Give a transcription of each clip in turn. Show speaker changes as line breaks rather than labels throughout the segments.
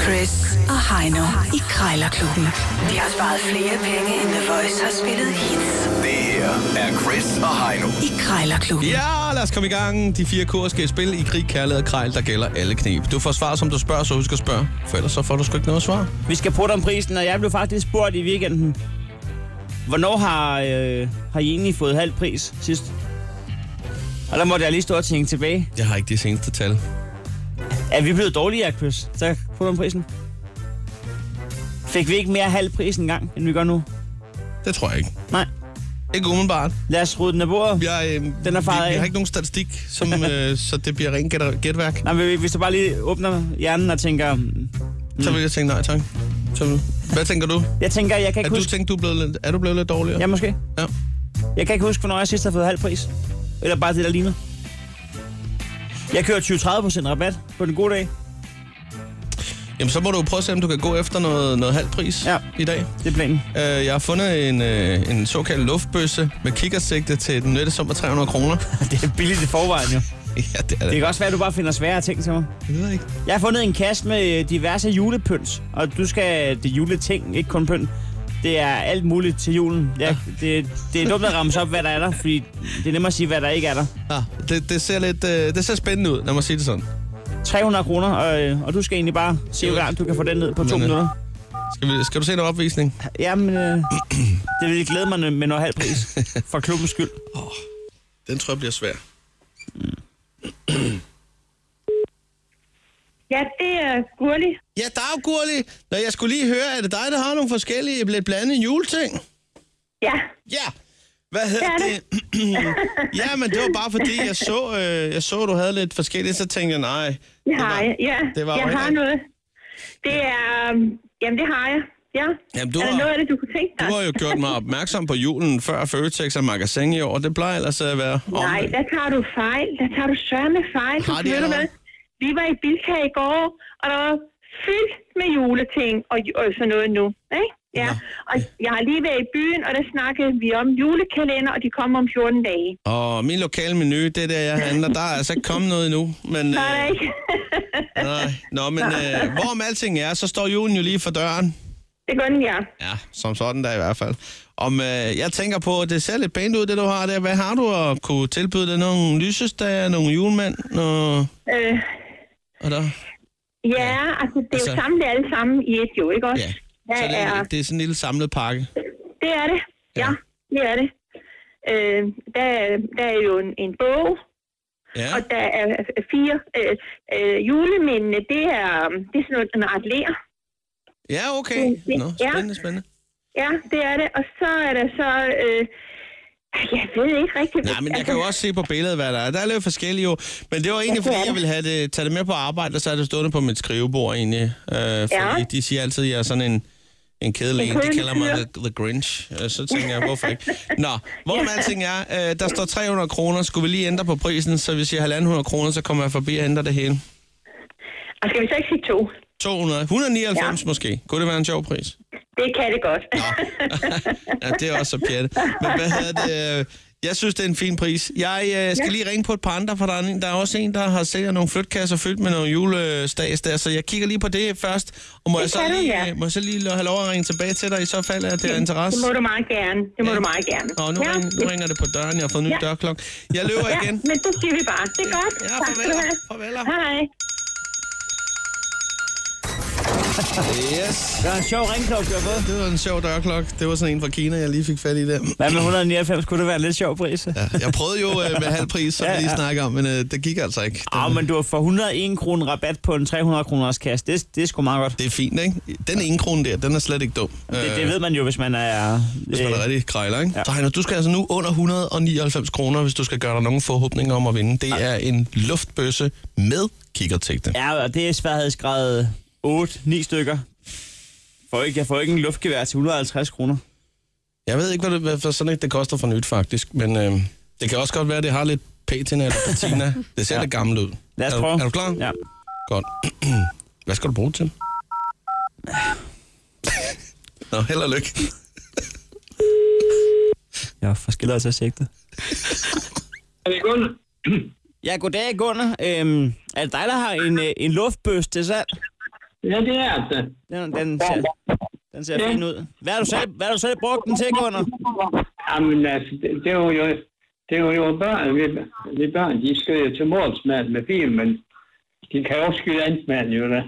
Chris og Heino i Krejlerklubben. De har sparet flere penge, end The Voice har spillet hits
Det her er Chris og Heino.
i Krejlerklubben.
Ja, lad os komme i gang. De fire kurs skal i spil i krig, kærlighed og krejl, der gælder alle knep. Du får svar, som du spørger, så husk at spørge. For ellers så får du sgu ikke noget svar.
Vi skal putte om prisen, og jeg blev faktisk spurgt i weekenden, hvornår har, øh, har I egentlig fået halv pris sidst? Og der måtte jeg lige stå og tænke tilbage.
Jeg har ikke de seneste tal.
Er vi blevet dårligere, Chris? Så putte om prisen. Fik vi ikke mere halv pris engang, end vi gør nu?
Det tror jeg ikke.
Nej.
Ikke umiddelbart.
Lad os rydde den af bordet.
Jeg, øh,
Den er faret
vi, vi
af.
har ikke nogen statistik, som, øh, så det bliver rent gæt- gætværk.
Nej, men hvis du bare lige åbner hjernen og tænker... mm,
Så vil jeg tænke nej tak. Så, hvad tænker du?
Jeg tænker, jeg kan
Er
ikke
du
huske...
tænkt, du er blevet lidt, er du blevet lidt dårligere?
Ja, måske.
Ja.
Jeg kan ikke huske, hvornår jeg sidst har fået halv pris. Eller bare det, der ligner. Jeg kører 20-30% rabat på den gode dag.
Jamen, så må du jo prøve at se, om du kan gå efter noget, noget halvpris
Ja.
i dag.
Det er planen.
Øh, jeg har fundet en, øh, en såkaldt luftbøsse med kikkersigte til den nette sum af 300 kroner.
Det er billigt i forvejen, jo.
ja, det er
Det
det.
kan også være, at du bare finder svære ting til mig.
Jeg ved ikke.
Jeg har fundet en kasse med øh, diverse julepynt, og du skal det er juleting, ikke kun pynt. Det er alt muligt til julen. Ja,
Ah.
det, det er dumt at ramse op, hvad der er der, fordi det er nemmere at sige, hvad der ikke er der.
Ja, det, det, ser lidt, øh, det ser spændende ud, lad mig sige det sådan.
300 kroner, og, øh, og du skal egentlig bare se, hvor langt du kan få den ned på to
Men, øh,
minutter.
Skal, vi, skal du se en opvisning?
Jamen, øh, det vil jeg glæde mig med noget halv pris. For klubbens skyld.
Den tror jeg bliver svær.
Ja, det er Gurli.
Ja, dag, Gurli. Nå, jeg skulle lige høre, er det dig, der har nogle forskellige lidt blandede juleting?
Ja,
Ja. Hvad hedder
Det er
det? ja, men det var bare fordi, jeg så, øh, jeg så, du havde lidt forskelligt, så tænkte jeg, nej.
det har jeg. Ja,
det var jo
jeg
heller
har
ikke-
noget. Det er... øhm, Jamen, det har jeg. Ja.
Jamen, du
er der
har-
noget af det, du kunne tænke dig?
Du har jo gjort mig opmærksom på julen før Føtex og Magasin i år. Det plejer ellers at være
Nej,
omvendt.
der tager du fejl. Der tager du sørme fejl.
Har
Du
de
ved du
allerede?
hvad? Vi var i Bilka i går, og der var fyldt med juleting og, ju- og sådan noget nu. Ikke? Ja.
Nå.
Og jeg har lige været i byen, og der snakkede vi om julekalender, og de kommer om 14 dage.
Og min lokale menu, det er der, jeg handler. Der er altså ikke kommet noget endnu. Men,
Så er der ikke...
øh, nej. Nå, men øh, hvorom alting er, så står julen jo lige for døren.
det gør den, ja.
Ja, som sådan der i hvert fald. Om, øh, jeg tænker på, det ser lidt pænt ud, det du har der. Hvad har du at kunne tilbyde dig? Nogle lysestager, nogle julemænd? Noget...
Øh,
Og der...
ja, altså, det er jo
Altså-
samlet alle sammen i et jo, ikke også?
Ja,
Der
så det, er,
er-
det er sådan en lille samlet pakke.
Det er det.
Ja.
Ja, det er det. Øh, der, er- der er jo en, en bog,
Ja,
og der er fire øh, øh, julemændene. Det er, øhm, det er sådan noget, en ret ler.
ja okay. Nå,
Ja.
spændende, spændende.
Ja, det er det. Og så er der så... Øh, jeg ved ikke altså, rigtigt...
Nej, men jeg kan jo også se på billedet, hvad der er. Der er lidt forskellige jo. Men det var egentlig,
Ja,
fordi
det er
jeg
det.
ville have det, tage det med på arbejde, og så er det stående på mit skrivebord egentlig. Øh, fordi
Ja.
de siger altid, at jeg er sådan en, en kedelig en.
En
De
kedelig
kalder mig
fyr.
the, the Grinch. Øh, Så tænker jeg, hvorfor ikke? Nå, hvor ja. alting er, øh, der står 300 kroner. Skulle vi lige ændre på prisen, så hvis jeg har 1.500 kroner, så kommer jeg forbi og ændrer det hele.
Og skal altså, vi så ikke sige to?
200. 199 ja.
Ja.
måske. Kunne det være en sjov pris?
Det kan det godt.
ja, det er også så pjat. Men hvad hedder det? Jeg synes, det er en fin pris. Jeg øh, skal ja. lige ringe på et par andre, for der er, en, der er også en, der har sælger nogle flytkasser fyldt med nogle julestads der, så jeg kigger lige på det først. Og må,
Det
jeg så,
kan du,
lige,
ja.
øh, må jeg så lige lo- have lov at ringe tilbage til dig, i så fald, at det er
Det
interesse?
må du meget gerne. Det må
Ja.
du meget gerne.
Og nu, ja. ringer, nu ringer det på døren, jeg har fået en ny ja.
Ja.
dørklokke. Jeg løber
ja,
igen.
men det siger vi bare. Det er godt.
Ja,
tak skal du
farvel.
have.
Farvel.
Hej.
Yes.
Der er en sjov ringklokke, du har fået.
Det var en sjov dørklokke. Det var sådan en fra Kina, jeg lige fik fat i der.
Hvad med 199? Kunne det være en lidt sjov pris? Ja.
Ja, jeg prøvede jo øh, med halv pris, som vi
Ja,
lige
ja.
snakker om, men øh, det gik altså ikke. Den,
Ah, men du har for 101 kroner rabat på en 300 kroners kasse. Det, det er sgu meget godt.
Det er fint, ikke? Den ene krone der, den er slet ikke dum.
Det, det ved man jo, hvis man
Øh.
er... øh,
Hvis man er rigtig krejler, ikke? Ja. Så Heino, du skal altså nu under 199 kroner, hvis du skal gøre dig nogen forhåbninger om at vinde. Det er en luftbøsse med kikkertægte. Ja.
Ja, og det er sværhedsgrad 8-9 stykker. Får ikke, jeg får ikke en luftgevær til 150 kroner.
Jeg ved ikke, hvad, det, hvad for sådan et det koster for nyt, faktisk. Men øh, det kan også godt være, at det har lidt patina eller patina. Det ser ja. lidt gammelt ud.
Lad os
er, du-
prøve.
Er du klar?
Ja.
Godt. hvad skal du bruge det til? Nå, held og lykke.
Jeg er forskellig til sigtet. Ja, goddag, Gunnar. Øhm, er det dig, der har en, øh, en luftbøs til salg?
Ja, det er det.
Den, den ser, den ser fin ud. Hvad har du selv, hvad har du selv brugt den til, Gunnar?
Jamen, altså, det, det var jo... Det var jo børn, vi, vi børn, de skal jo til morgensmad med bil, men de kan jo også skyde andet mand, jo da.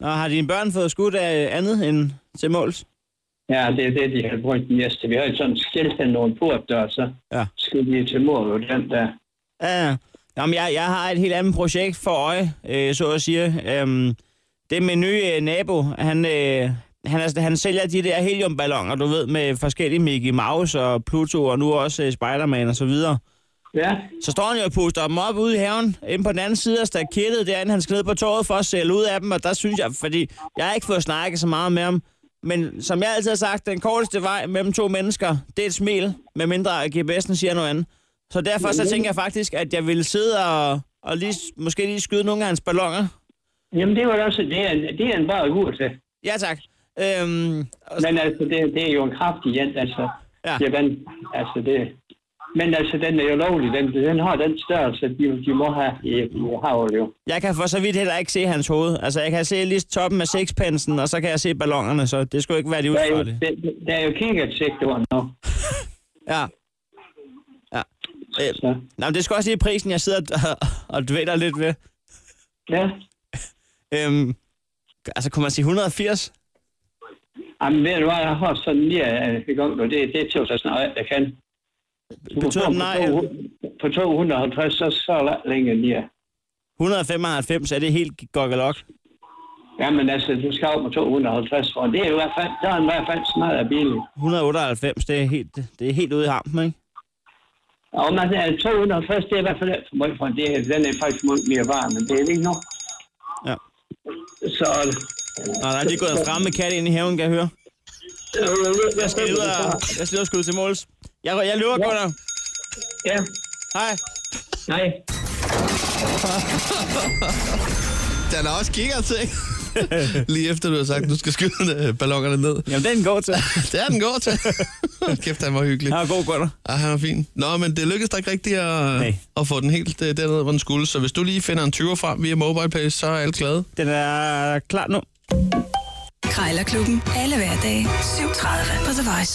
Og har dine børn fået skudt af andet end til måls?
Ja, det er det, de har brugt den næste. Vi har jo sådan skilt den nogle port der, og så
Ja.
skal de til mor på den der.
Ja, ja. Jamen, jeg, jeg har et helt andet projekt for øje, øh, så at sige. Øhm, det er min nye øh, nabo. Han, øh, han, altså, han sælger de der heliumballoner, du ved, med forskellige Mickey Mouse og Pluto, og nu også øh, Spider-Man og så videre.
Ja,
Så står han jo og puster dem op ude i haven, inde på den anden side af stakettet, derinde han skal ned på toget for at sælge ud af dem, og der synes jeg, fordi jeg har ikke fået snakket så meget med ham, men som jeg altid har sagt, den korteste vej mellem to mennesker, det er et smil, medmindre at GPS'en siger noget andet. Så derfor så tænker jeg faktisk, at jeg ville sidde og, og lige, måske lige skyde nogle af hans ballonger.
jamen det var da også, det er, en- det er en bare god til.
Ja tak. Øhm, og-
Men altså, det, det er jo en kraftig hjælp, altså.
Ja.
Ja. Jamen, altså det... Men altså, den er jo lovlig. Den, den har den størrelse, de, de må have i, i havet, jo.
jeg kan for så vidt heller ikke se hans hoved. Altså jeg kan se lige toppen af sixpensen, og så kan jeg se ballongerne, så det skulle ikke være de
Der er jo,
udfordrende.
der, der er jo kikkertsektoren nu.
Ja. Ja. Øh,
Så,
Nå, men det skal også lige prisen, jeg sidder og, og dvæler lidt ved.
ja.
Øhm, altså, kunne man sige 180?
Jamen, ved du hvad, jeg har sådan lige øh, i gang nu. Det, det tog sig snart, alt, jeg kan. Du
Betyder
får
det nej,
På, 200 på 250, så så er der længere ned.
195, er det helt gokkelok?
Jamen altså, du skal op på 250, og det er jo i hvert fald, der er i hvert fald smadret bilen.
198, det er helt, det er helt ude i hampen, ikke?
Og man er 250, det er i hvert fald alt for meget for en del. Den er faktisk meget mere varm, men det er det ikke nok.
Ja.
Så...
Nå, der er lige gået en fremme kat ind i haven, kan jeg høre.
Øh,
Jeg skal ud og, jeg skal ud og skyde til måls. Jeg, jeg løber, Gunnar.
Ja,
Hej.
nej.
Den er også kigger til. Lige efter du har sagt, at du skal skyde øh, ballongerne ned.
Jamen, den går til.
Det er den god til. Kæft, han var hyggelig.
Ja, god, Gunnar.
Ja, han var fin. Nå, men det lykkedes dig ikke rigtigt at,
Nej.
at få den helt øh, dernede, hvor den skulle. Så hvis du lige finder en 20'er frem via MobilePay, så er alt glade.
Den er klar nu.
Krejlerklubben. Alle hverdage. 7.30 på The Voice.